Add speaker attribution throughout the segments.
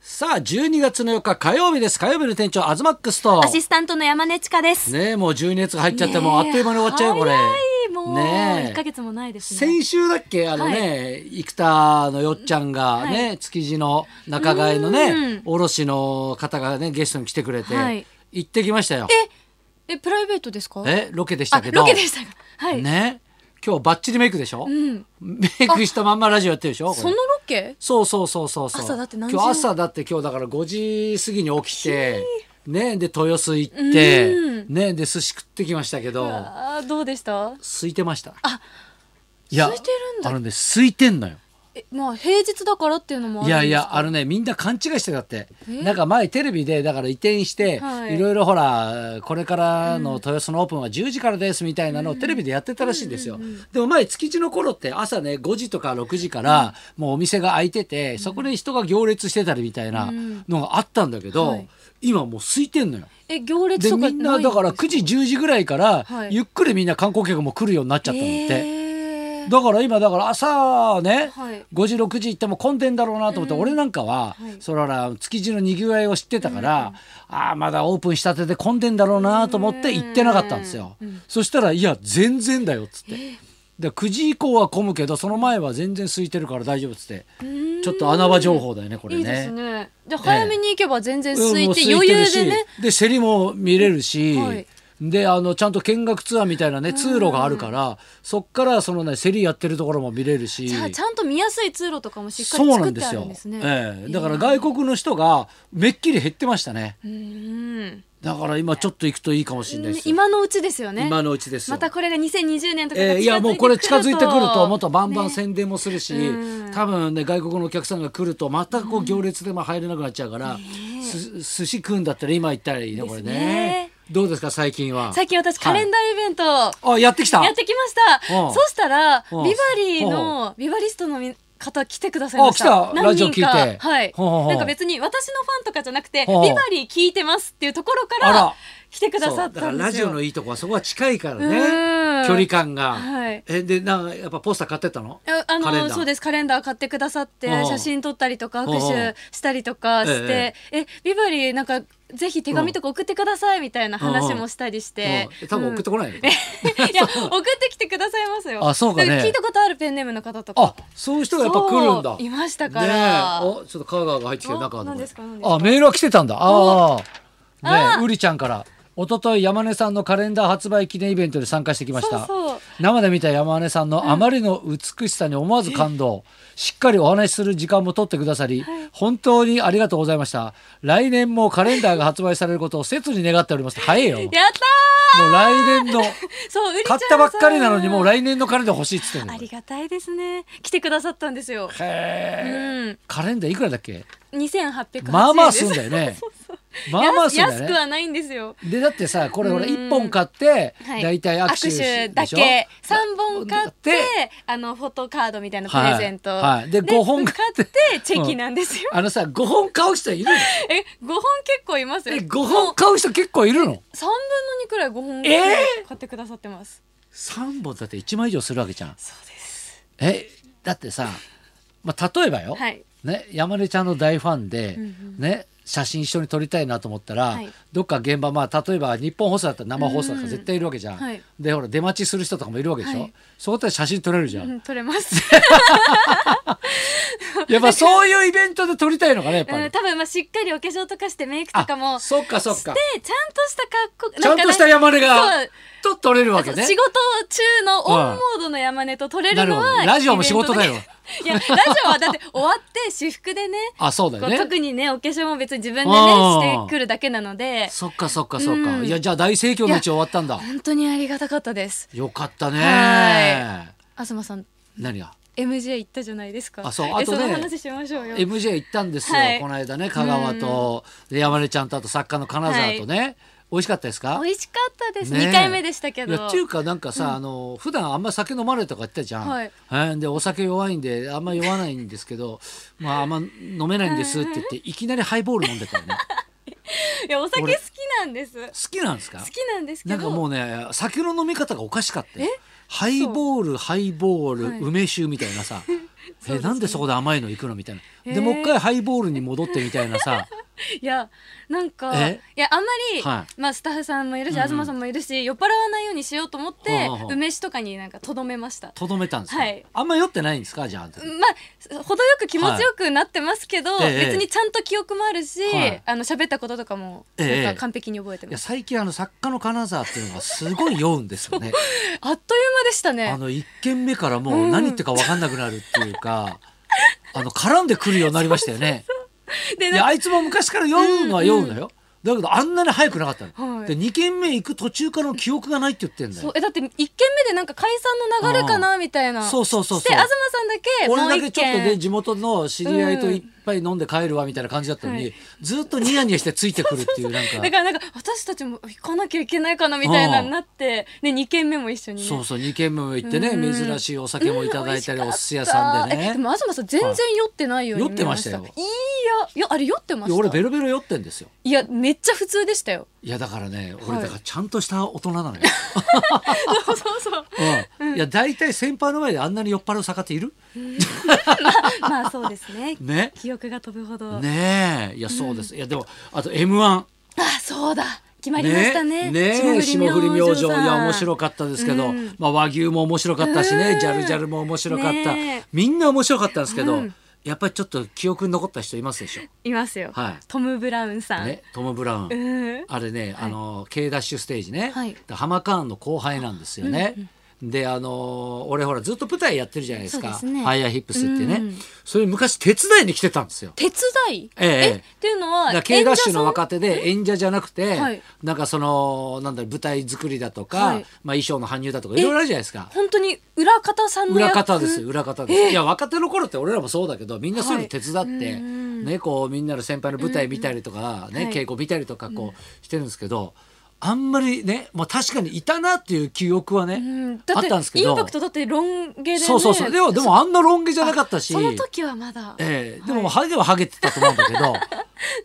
Speaker 1: さあ12月の4日火曜日です火曜日の店長アズマックスと
Speaker 2: アシスタントの山根千佳です。
Speaker 1: ねえもう12月が入っちゃって、もうあっという間に終わっちゃうよこれ
Speaker 2: 早いもう
Speaker 1: ねえ
Speaker 2: 一ヶ月もないですね。
Speaker 1: 先週だっけあのね、生田のよっちゃんがね、築地の仲買のね卸の方がねゲストに来てくれて、
Speaker 2: はい
Speaker 1: 行ってきましたよ
Speaker 2: えプライベートですか？
Speaker 1: えロケでした
Speaker 2: あ
Speaker 1: けど
Speaker 2: ロケでしたがはい。
Speaker 1: ね今日バッチリメイクでしょ、
Speaker 2: うん。
Speaker 1: メイクしたまんまラジオやってるでしょこれ
Speaker 2: そのロケ？
Speaker 1: そうそうそうそうそう
Speaker 2: 朝だって何時
Speaker 1: 今日朝だって今日だから5時過ぎに起きてねで豊洲行って
Speaker 2: う
Speaker 1: ねで寿司食ってきましたけど
Speaker 2: あーどうでした？
Speaker 1: 空いてました
Speaker 2: あ
Speaker 1: いや
Speaker 2: 空いてるんだ
Speaker 1: あのね空いてんのよ
Speaker 2: えまあ平日だからっていうのもあるん
Speaker 1: い
Speaker 2: です
Speaker 1: や
Speaker 2: か。
Speaker 1: いやあのねみんな勘違いしてたって
Speaker 2: え
Speaker 1: なんか前テレビでだから移転して、
Speaker 2: はい
Speaker 1: い、ろいろほらこれからの豊洲のオープンは10時からですみたいなのをテレビでやってたらしいんですよ、でも前築地の頃って朝ね5時とか6時からもうお店が開いてて、そこで人が行列してたりみたいなのがあったんだけど、
Speaker 2: はい
Speaker 1: 今もう空いてんのよ。
Speaker 2: え行列
Speaker 1: で
Speaker 2: とか
Speaker 1: みんなだから9時10時ぐらいから、
Speaker 2: はい
Speaker 1: ゆっくりみんな観光客も来るようになっち
Speaker 2: ち
Speaker 1: ゃったんだって。
Speaker 2: えー、
Speaker 1: だから今だから朝ね、
Speaker 2: はい
Speaker 1: 5時6時行っても混んでんだろうなと思って、俺なんかは、
Speaker 2: はい
Speaker 1: そらら築地のにぎわいを知ってたから、ああまだオープンしたてで混んでんだろうなと思って行ってなかったんですよ、そしたらいや全然だよっつって、で9時以降は混むけどその前は全然空いてるから大丈夫っつってちょっと穴場情報だよねこれ
Speaker 2: いいですね。じゃあ早めに行けば全然
Speaker 1: うん
Speaker 2: 空い
Speaker 1: もう
Speaker 2: て余裕で
Speaker 1: る
Speaker 2: ね。
Speaker 1: しで競りも見れるし、
Speaker 2: はい
Speaker 1: であのちゃんと見学ツアーみたいなね通路があるからそっからそのね競りやってるところも見れるし
Speaker 2: じゃあちゃんと見やすい通路とかもしっか
Speaker 1: そう
Speaker 2: り
Speaker 1: な
Speaker 2: 作っ
Speaker 1: んで
Speaker 2: てあ
Speaker 1: す
Speaker 2: る
Speaker 1: よ
Speaker 2: んですね。
Speaker 1: ええだから
Speaker 2: いい
Speaker 1: 外国の人がめっきり減ってましたね
Speaker 2: うん
Speaker 1: だから今ちょっと行くといいかもしれないですよ
Speaker 2: 今のうちですよね。
Speaker 1: 今のうちですよ
Speaker 2: またこれが2020年とかが
Speaker 1: えー
Speaker 2: 近づいてくると、
Speaker 1: いやもうこれ近づいてくるともっとバンバン
Speaker 2: ね
Speaker 1: 宣伝もするし、
Speaker 2: うん
Speaker 1: 多分ね外国のお客さんが来るとまたこう行列でまあ入れなくなっちゃうから、す寿司食うんだったら今行ったらいいねこれね
Speaker 2: ですね
Speaker 1: どうですか最近は
Speaker 2: 最近私カレンダーイベントや
Speaker 1: あやってきた
Speaker 2: ってきました、
Speaker 1: うん
Speaker 2: そしたらビ
Speaker 1: うん
Speaker 2: バリーのビバリストのみ方来てくださいました
Speaker 1: あ来たラジオ聞いて
Speaker 2: はい
Speaker 1: ほうほうほう
Speaker 2: なんか別に私のファンとかじゃなくてビ
Speaker 1: ほう
Speaker 2: バリー聞いてますっていうところか
Speaker 1: あ
Speaker 2: ら
Speaker 1: ら
Speaker 2: 来てくださ
Speaker 1: そ
Speaker 2: っ
Speaker 1: うだか
Speaker 2: た
Speaker 1: ら
Speaker 2: ん
Speaker 1: ラ
Speaker 2: です
Speaker 1: ジオ
Speaker 2: よ
Speaker 1: のいいとこはそこは近いから
Speaker 2: う
Speaker 1: ね
Speaker 2: ん
Speaker 1: 距離感が、
Speaker 2: はい
Speaker 1: えでなんかやっぱポスター買ってったの
Speaker 2: ああ
Speaker 1: カレン
Speaker 2: の
Speaker 1: ダー
Speaker 2: そうですカレンダー買ってくださって
Speaker 1: うん
Speaker 2: 写真撮ったりとか
Speaker 1: うん
Speaker 2: 握手したりとかして
Speaker 1: え
Speaker 2: 「えビバリーなんかぜひ手紙とか送ってください」みたいな話もしたりして
Speaker 1: うん多分送ってこないよ、
Speaker 2: うん いや送ってきてくださいますよ
Speaker 1: あそうかね
Speaker 2: だら聞いたことあるペンネームの方と
Speaker 1: あ
Speaker 2: か
Speaker 1: そういう人がやっぱ来るんだ
Speaker 2: そういましたから
Speaker 1: ねえおちょっと香川が入ってきて
Speaker 2: お
Speaker 1: 中の
Speaker 2: 何
Speaker 1: ね
Speaker 2: ですか何ですか
Speaker 1: あメールは来てたんだああ
Speaker 2: あ
Speaker 1: ねえうりちゃんから一昨日山根さんのカレンダー発売記念イベントで参加してきまし
Speaker 2: そ
Speaker 1: た
Speaker 2: うそう
Speaker 1: 生で見た山根さんのあまりの美しさに思わず感動、しっかりお話しする時間も取ってくださり、本当にありがとうございました来年もカレンダーが発売されることを切に願っております早いよもう
Speaker 2: やった
Speaker 1: 来 年の
Speaker 2: ーそううりちゃ
Speaker 1: 買
Speaker 2: ん
Speaker 1: ったばっかりなのにもう
Speaker 2: 来
Speaker 1: 来年のカレンダー欲しいっつってんの
Speaker 2: ありがたいですね来てくださったんですよう
Speaker 1: へえ
Speaker 2: ん
Speaker 1: カレンダーいくらだっけ
Speaker 2: 2880円です
Speaker 1: まあまあすんだよねまあまあすんだ
Speaker 2: 安
Speaker 1: よ
Speaker 2: く
Speaker 1: ね
Speaker 2: はないんですよ
Speaker 1: でだってさこれ俺
Speaker 2: うん
Speaker 1: 1本買って
Speaker 2: はい
Speaker 1: 大体握手
Speaker 2: 握手だ
Speaker 1: でしょ
Speaker 2: け三本買って
Speaker 1: で
Speaker 2: あのフォトカードみたいなプ
Speaker 1: はい
Speaker 2: レゼント、
Speaker 1: はいで五本買って
Speaker 2: チェキなんですよ、
Speaker 1: あのさ5本買う人い るの
Speaker 2: え五本結構いますよ
Speaker 1: え5本買う人結構いるの
Speaker 2: 三分の二くらい五本
Speaker 1: え
Speaker 2: 買ってくださってます、
Speaker 1: 3本だって1万以上するわけじゃん
Speaker 2: そうです
Speaker 1: えだってさ、まあ、例えばよ、
Speaker 2: はい
Speaker 1: ね、山根ちゃんの大ファンで、
Speaker 2: ん
Speaker 1: ね、写真一緒に撮りたいなと思ったら、
Speaker 2: はい
Speaker 1: どっか現場、まあ、例えば日本放送だったら生放送だから絶対いるわけじゃん、
Speaker 2: うんはい
Speaker 1: でほら出待ちする人とかもいるわけでしょ、
Speaker 2: はい
Speaker 1: そうだったら写真撮れるじゃん、
Speaker 2: うん、取れます、
Speaker 1: やっぱそういうイベントで撮りたいのかねやっぱり、
Speaker 2: うん、多分まあしっかりお化粧とかしてメイクとかも
Speaker 1: あそっかそっか
Speaker 2: してちゃんとした格好
Speaker 1: ちゃんとした
Speaker 2: なんか
Speaker 1: 山
Speaker 2: ね
Speaker 1: 根が
Speaker 2: そう
Speaker 1: と撮れるわけ
Speaker 2: そ
Speaker 1: ね
Speaker 2: う仕事中のオンモードの山根と撮れるの
Speaker 1: なるほ
Speaker 2: は
Speaker 1: どラジオも仕事だよ
Speaker 2: イベントで いやラジオはだって終わって私服でね
Speaker 1: あそうだ
Speaker 2: こ
Speaker 1: よ
Speaker 2: う
Speaker 1: ね
Speaker 2: 特にねお化粧も別に自分でね
Speaker 1: あー
Speaker 2: してくるだけなので
Speaker 1: そっかそっかそっか、
Speaker 2: うん
Speaker 1: いやじゃあ大盛況のうち終わったんだ
Speaker 2: 本当にありがたかったです
Speaker 1: よかった
Speaker 2: は
Speaker 1: ね
Speaker 2: 東さん
Speaker 1: 何が
Speaker 2: MJ 行ったじゃないですか
Speaker 1: あそう
Speaker 2: え
Speaker 1: あとね
Speaker 2: その話しましょうよ
Speaker 1: MJ 行ったんですよ、
Speaker 2: はい
Speaker 1: この間ね香川とで山根ちゃんとあと作家の金沢とね、美味しかったですか
Speaker 2: 美味しかったです、
Speaker 1: ねえ
Speaker 2: 二回目でしたけ
Speaker 1: いや
Speaker 2: ど
Speaker 1: っていうかなんかさ、あの普段あんま酒飲まれとか言ってたじゃん、
Speaker 2: はい
Speaker 1: うんでお酒弱いんであんま酔わないんですけど まああんま飲めないんですって言っていきなりハイボール飲んでたよ ね
Speaker 2: いやお酒好きなんです好
Speaker 1: 好きなんですか
Speaker 2: きなんですけ
Speaker 1: な
Speaker 2: ど
Speaker 1: んかもうね酒の飲み方がおかしかったよハイボールハイボール、
Speaker 2: はい
Speaker 1: 梅酒みたいなさ
Speaker 2: そう
Speaker 1: え
Speaker 2: ですね
Speaker 1: なんでそこで甘いの行くのみたいな、
Speaker 2: へ
Speaker 1: で
Speaker 2: ー
Speaker 1: もう一回ハイボールに戻ってみたいな さ
Speaker 2: いやなんかい
Speaker 1: え
Speaker 2: やあんまり、
Speaker 1: は
Speaker 2: まあ、スタッフさんもいるし、
Speaker 1: うんうん
Speaker 2: 東さんもいるし酔っ払わないようにしようと思って、
Speaker 1: ほうほうほう
Speaker 2: 梅酒とかになんかとどめました
Speaker 1: とどめたんですか、
Speaker 2: はい
Speaker 1: あんま酔ってないんですかじゃああの時
Speaker 2: まあ程よく気持ちよくなってますけど、
Speaker 1: はいええ
Speaker 2: 別にちゃんと記憶もあるし、
Speaker 1: はい
Speaker 2: あの喋ったこととかも
Speaker 1: ええ
Speaker 2: なんか完璧に覚えて
Speaker 1: いや
Speaker 2: ます、
Speaker 1: 最近あの作家の金沢っていうのがすごい酔うんです よね
Speaker 2: あっという間でしたね
Speaker 1: あの一軒目からもう何言ってるか分かんなくなるっていうか、 あの絡んでくるようになりましたよね
Speaker 2: で
Speaker 1: い
Speaker 2: なん
Speaker 1: や
Speaker 2: か
Speaker 1: あいつも昔から酔うのは酔うのよ、だけどあんなに早くなかったの、
Speaker 2: はい
Speaker 1: で2軒目行く途中からの記憶がないって言ってんだ
Speaker 2: そう
Speaker 1: よ
Speaker 2: えだって1軒目でなんか解散の流れかなみたいな
Speaker 1: そうそうそうそう
Speaker 2: して東さんだけも
Speaker 1: 俺
Speaker 2: う
Speaker 1: だ
Speaker 2: 一
Speaker 1: けちょっとで
Speaker 2: 軒
Speaker 1: 地元の知り合いといっぱい飲んで帰るわみたいな感じだったのに、
Speaker 2: はい
Speaker 1: ずっとニヤニヤしてついてくるっていうなんか
Speaker 2: だからなんか私たちも行かなきゃいけないかなみたいなになってで2軒目も一緒にね
Speaker 1: そうそう2軒目も行ってね、
Speaker 2: うん
Speaker 1: 珍しいお酒もいただいたり、
Speaker 2: うん
Speaker 1: お寿司屋さんで
Speaker 2: 美味しかったえ
Speaker 1: ね
Speaker 2: でも東さん全然酔ってないように
Speaker 1: はい
Speaker 2: 見
Speaker 1: 酔っ
Speaker 2: え
Speaker 1: てました
Speaker 2: いやいやあれ酔ってま
Speaker 1: い
Speaker 2: し
Speaker 1: や
Speaker 2: た
Speaker 1: 俺ベロベロ酔ってんですよ
Speaker 2: いやめっちゃ普通でし たよ
Speaker 1: いやだからね
Speaker 2: は
Speaker 1: 俺
Speaker 2: い
Speaker 1: だからちゃんとした大人なのよ、
Speaker 2: そうそうそう
Speaker 1: うん、いや大体先輩の前であんなに酔っ払う坂っている
Speaker 2: まあそうですね
Speaker 1: ね
Speaker 2: 記憶が飛ぶほど、
Speaker 1: ねえいやそうです、いやでもあと m 1
Speaker 2: あそうだ決まりましたね
Speaker 1: ねえ霜降り明星いや面白
Speaker 2: か
Speaker 1: かったですけど、
Speaker 2: うん
Speaker 1: まあ、和牛も面白かったしね、
Speaker 2: うん
Speaker 1: ジャルジャルも面白かった、
Speaker 2: ねえ
Speaker 1: みんな面白かったんですけど、
Speaker 2: うん
Speaker 1: やっぱりちょっと記憶に残った人いますでしょ、
Speaker 2: いますよ、
Speaker 1: はい
Speaker 2: トム・ブラウンさん、
Speaker 1: ね、トム・ブラウン、
Speaker 2: うん
Speaker 1: あれね、あの K ダッシュステージね、
Speaker 2: はい
Speaker 1: でハマカーンの後輩なんですよね。であの俺ほらずっと舞台やってるじゃないですか「
Speaker 2: そうですね
Speaker 1: ファイヤーヒップス」ってね、
Speaker 2: うん
Speaker 1: それ昔手伝いに来てたんですよ。
Speaker 2: 手伝い、
Speaker 1: ええ
Speaker 2: っていうのは
Speaker 1: だから K ダッシュの
Speaker 2: 演者さん
Speaker 1: 若手で演者じゃなくて、
Speaker 2: はい
Speaker 1: なんかそのなんだろう舞台作りだとか、
Speaker 2: はい
Speaker 1: まあ、衣装の搬入だとかいろいろあるじゃないですか。
Speaker 2: 本当に裏方さんの
Speaker 1: 裏
Speaker 2: 役
Speaker 1: 方です裏方です、いや若手の頃って俺らもそうだけどみんなそういうの手伝って、
Speaker 2: はいうん
Speaker 1: ねこうみんなの先輩の舞台見たりとか、ね、
Speaker 2: はい
Speaker 1: 稽古見たりとかこうしてるんですけど、あんまりね、まあ、確かにいたなっていう記憶はね、
Speaker 2: うん
Speaker 1: あ
Speaker 2: だ
Speaker 1: ったん
Speaker 2: っ
Speaker 1: です
Speaker 2: て
Speaker 1: け
Speaker 2: イ
Speaker 1: ど
Speaker 2: ンパクトだってロン毛で、ね、
Speaker 1: そうそうそうでもでもあんなロン毛じゃなかったし
Speaker 2: その時はまだ、
Speaker 1: ええでもハゲはハゲてたと思うんだけど、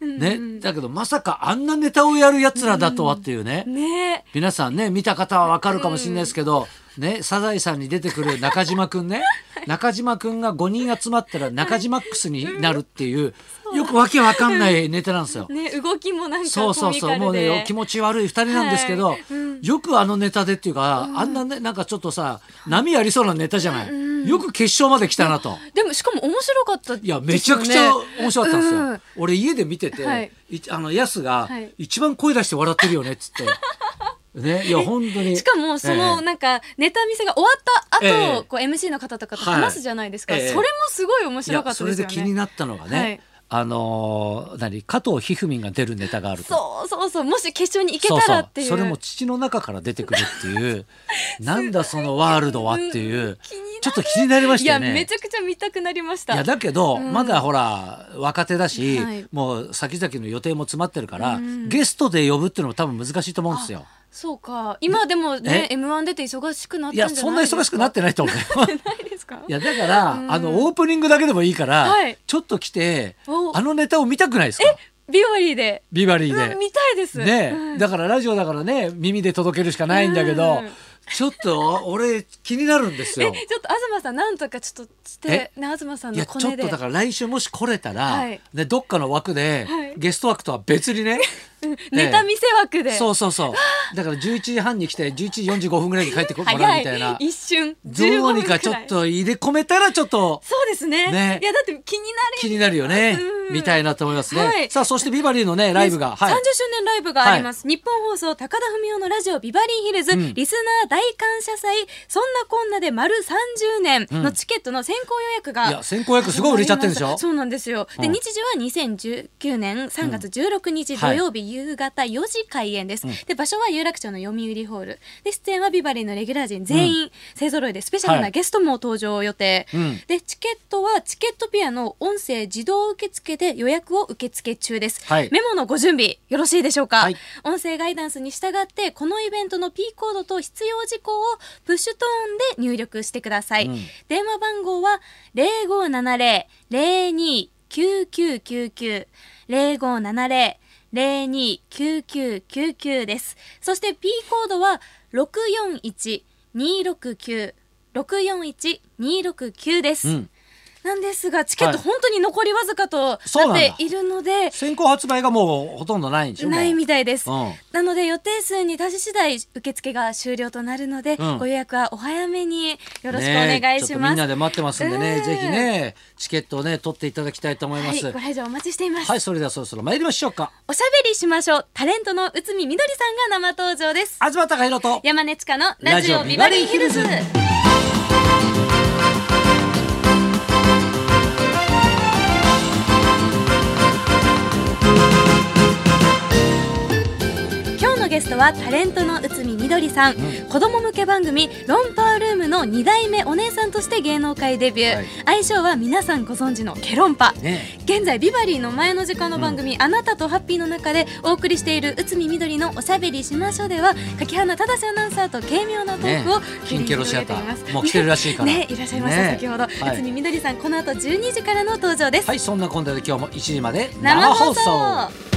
Speaker 1: ね、だけどまさかあんなネタをやるやつらだとはっていうね。
Speaker 2: ね
Speaker 1: 皆さんね見た方はわかるかもしれないですけど、ねサザエさんに出てくる中島くんね、中島くんが5人集まったら中島ックスになるっていう、よくわけわかんないネタなんですよ。
Speaker 2: ね動きもなんか
Speaker 1: そう
Speaker 2: コ
Speaker 1: そう
Speaker 2: ミカ
Speaker 1: そ
Speaker 2: ル
Speaker 1: う
Speaker 2: で
Speaker 1: もうね気持ち悪い2人なんですけど、
Speaker 2: はいうん
Speaker 1: よくあのネタでっていうか、あんなねなんかちょっとさ波ありそうなネタじゃない、よく決勝まで来たなと。
Speaker 2: でもしかも面白かった
Speaker 1: いやめちゃくちゃ面白かったんですよ。
Speaker 2: うん
Speaker 1: 俺家で見てて、
Speaker 2: はい
Speaker 1: いあのヤスが
Speaker 2: はい
Speaker 1: 一番声出して笑ってるよねっつって。 ね、いや本当に
Speaker 2: しかもその
Speaker 1: ええ
Speaker 2: なんかネタ見せが終わった後、
Speaker 1: ええ
Speaker 2: こう MC の方とかと話すじゃないですか、
Speaker 1: はいええ
Speaker 2: それもすごい面
Speaker 1: い
Speaker 2: 白
Speaker 1: や
Speaker 2: かった
Speaker 1: そ
Speaker 2: で
Speaker 1: れ
Speaker 2: す
Speaker 1: で
Speaker 2: よ
Speaker 1: 気に
Speaker 2: ね。
Speaker 1: なったのがね、
Speaker 2: はい
Speaker 1: あのー何加藤一二三が出るネタがあると
Speaker 2: そうそうそうもし決勝に行けたらっていう
Speaker 1: そうそうそれも父の中から出てくるっていう なんだそのワールドはっていう
Speaker 2: 気になる
Speaker 1: ちょっと気になりま
Speaker 2: い
Speaker 1: した
Speaker 2: や
Speaker 1: よね。
Speaker 2: めちゃくちゃ見たくなりました
Speaker 1: いやだけど、
Speaker 2: うん
Speaker 1: まだほら若手だし、
Speaker 2: はい
Speaker 1: もう先々の予定も詰まってるから、
Speaker 2: うん
Speaker 1: ゲストで呼ぶっていうのも多分難しいと思うんですよ。
Speaker 2: そうか今でもね
Speaker 1: え
Speaker 2: m 1出て忙しくなっ
Speaker 1: い
Speaker 2: た
Speaker 1: や
Speaker 2: んじゃ
Speaker 1: そんな
Speaker 2: な
Speaker 1: い
Speaker 2: ですか
Speaker 1: 忙しくなってないと思う よ。
Speaker 2: ないですか
Speaker 1: いやだから、あのオープニングだけでもいいから、
Speaker 2: はい
Speaker 1: ちょっと来て
Speaker 2: お
Speaker 1: あのネタを見たくないですか
Speaker 2: ビバリーで
Speaker 1: ビバリー
Speaker 2: う
Speaker 1: で
Speaker 2: ん。見たいです
Speaker 1: ね
Speaker 2: うん
Speaker 1: だからラジオだからね耳で届けるしかないんだけど、
Speaker 2: うん
Speaker 1: ちょっと俺気になるんです
Speaker 2: え
Speaker 1: よ。
Speaker 2: ちょっと東さんなんとかちょっとしてね東さん
Speaker 1: い
Speaker 2: の
Speaker 1: や
Speaker 2: コ
Speaker 1: ちょ
Speaker 2: ネ
Speaker 1: っ
Speaker 2: で
Speaker 1: とだから来週もし来れたら、
Speaker 2: はい
Speaker 1: ね、どっかの枠で、
Speaker 2: はい
Speaker 1: ゲスト枠とは別にね
Speaker 2: うんネタ見せ枠で、
Speaker 1: そうそうそうだから11時半に来て11時45分ぐらいに帰ってこもらうみたい
Speaker 2: 早
Speaker 1: ない
Speaker 2: 一瞬15
Speaker 1: どう
Speaker 2: 分
Speaker 1: に
Speaker 2: くら
Speaker 1: か
Speaker 2: い
Speaker 1: ちょっと入れ込めたらちょっと
Speaker 2: そうですね
Speaker 1: ね
Speaker 2: いやだって気になる
Speaker 1: 気になるよね
Speaker 2: うん
Speaker 1: みたいなと思いますね、
Speaker 2: はい
Speaker 1: さあそしてビバリーのねライブが、
Speaker 2: ね
Speaker 1: はい
Speaker 2: 30周年ライブがあります、日本放送高田文夫のラジオビバリーヒルズ、
Speaker 1: うん
Speaker 2: リスナー大感謝祭そんなこんなで丸30年のチケットの先行予約が、
Speaker 1: いや先行予約すごい売れちゃってるでしょ
Speaker 2: そうなんですよ、で
Speaker 1: うん
Speaker 2: 日時は2019年3月16日土曜日夕方4時開演です、で場所は有楽町の読売ホールで出演はビバリーのレギュラー陣全員勢ぞろいでスペシャル
Speaker 1: は
Speaker 2: ないゲストも登場予定、
Speaker 1: うん
Speaker 2: でチケットはチケットピアの音声自動受付で予約を受付中です、
Speaker 1: はい
Speaker 2: メモのご準備よろしいでしょうか、
Speaker 1: はい
Speaker 2: 音声ガイダンスに従ってこのイベントの P コードと必要事項をプッシュトーンで入力してください、
Speaker 1: うん
Speaker 2: 電話番号は0570-029999 0570-029999ですそして P コードは641-269 641-269です、
Speaker 1: うん
Speaker 2: なんですがチケット
Speaker 1: はい
Speaker 2: 本当に残りわずかと
Speaker 1: そうな
Speaker 2: な
Speaker 1: んだ
Speaker 2: っているので、
Speaker 1: 先行発売がもうほとんどないんでしょもう
Speaker 2: ないみたいです、
Speaker 1: うん
Speaker 2: なので予定数に達し次第受付が終了となるので、
Speaker 1: うん
Speaker 2: ご予約はお早めによろしくお
Speaker 1: ね
Speaker 2: 願
Speaker 1: え
Speaker 2: い
Speaker 1: ち
Speaker 2: し
Speaker 1: ょっとみ
Speaker 2: ま
Speaker 1: ん
Speaker 2: す、
Speaker 1: なで待ってますんでね、
Speaker 2: うん
Speaker 1: ぜひねチケットをね取っていただきたいと思いま
Speaker 2: はい
Speaker 1: す。
Speaker 2: ご
Speaker 1: はい、
Speaker 2: 来場お待ちしています、
Speaker 1: それではそろそろ参りましょうか。
Speaker 2: おしゃべりしましょうタレントの内海みどりさんが生登場です
Speaker 1: 東貴博と
Speaker 2: 山根千佳のラジオビバリーヒルズ
Speaker 1: ラジオビバリー
Speaker 2: 今日のゲストはタレントの内海みどりさん、子供向け番組「ロンパールーム」の2代目お姉さんとして芸能界デビュー、
Speaker 1: はい
Speaker 2: 愛称は皆さんご存知のケロンパ、
Speaker 1: ね
Speaker 2: 現在ビバリーの前の時間の番組、あなたとハッピーの中でお送りしている内海みどりのおしゃべりしましょうでは柿花忠アナウンサーと軽妙なトークを
Speaker 1: ね
Speaker 2: 繰り広げてい
Speaker 1: 金
Speaker 2: ま
Speaker 1: ケロシア
Speaker 2: す、
Speaker 1: ターもう来てるらしいから
Speaker 2: ねいらっしゃいました、
Speaker 1: ね
Speaker 2: 先ほど、
Speaker 1: はい
Speaker 2: 内海みどりさんこの後12時からの登場です、
Speaker 1: はいそんな今度で今日も1時まで
Speaker 2: 生放送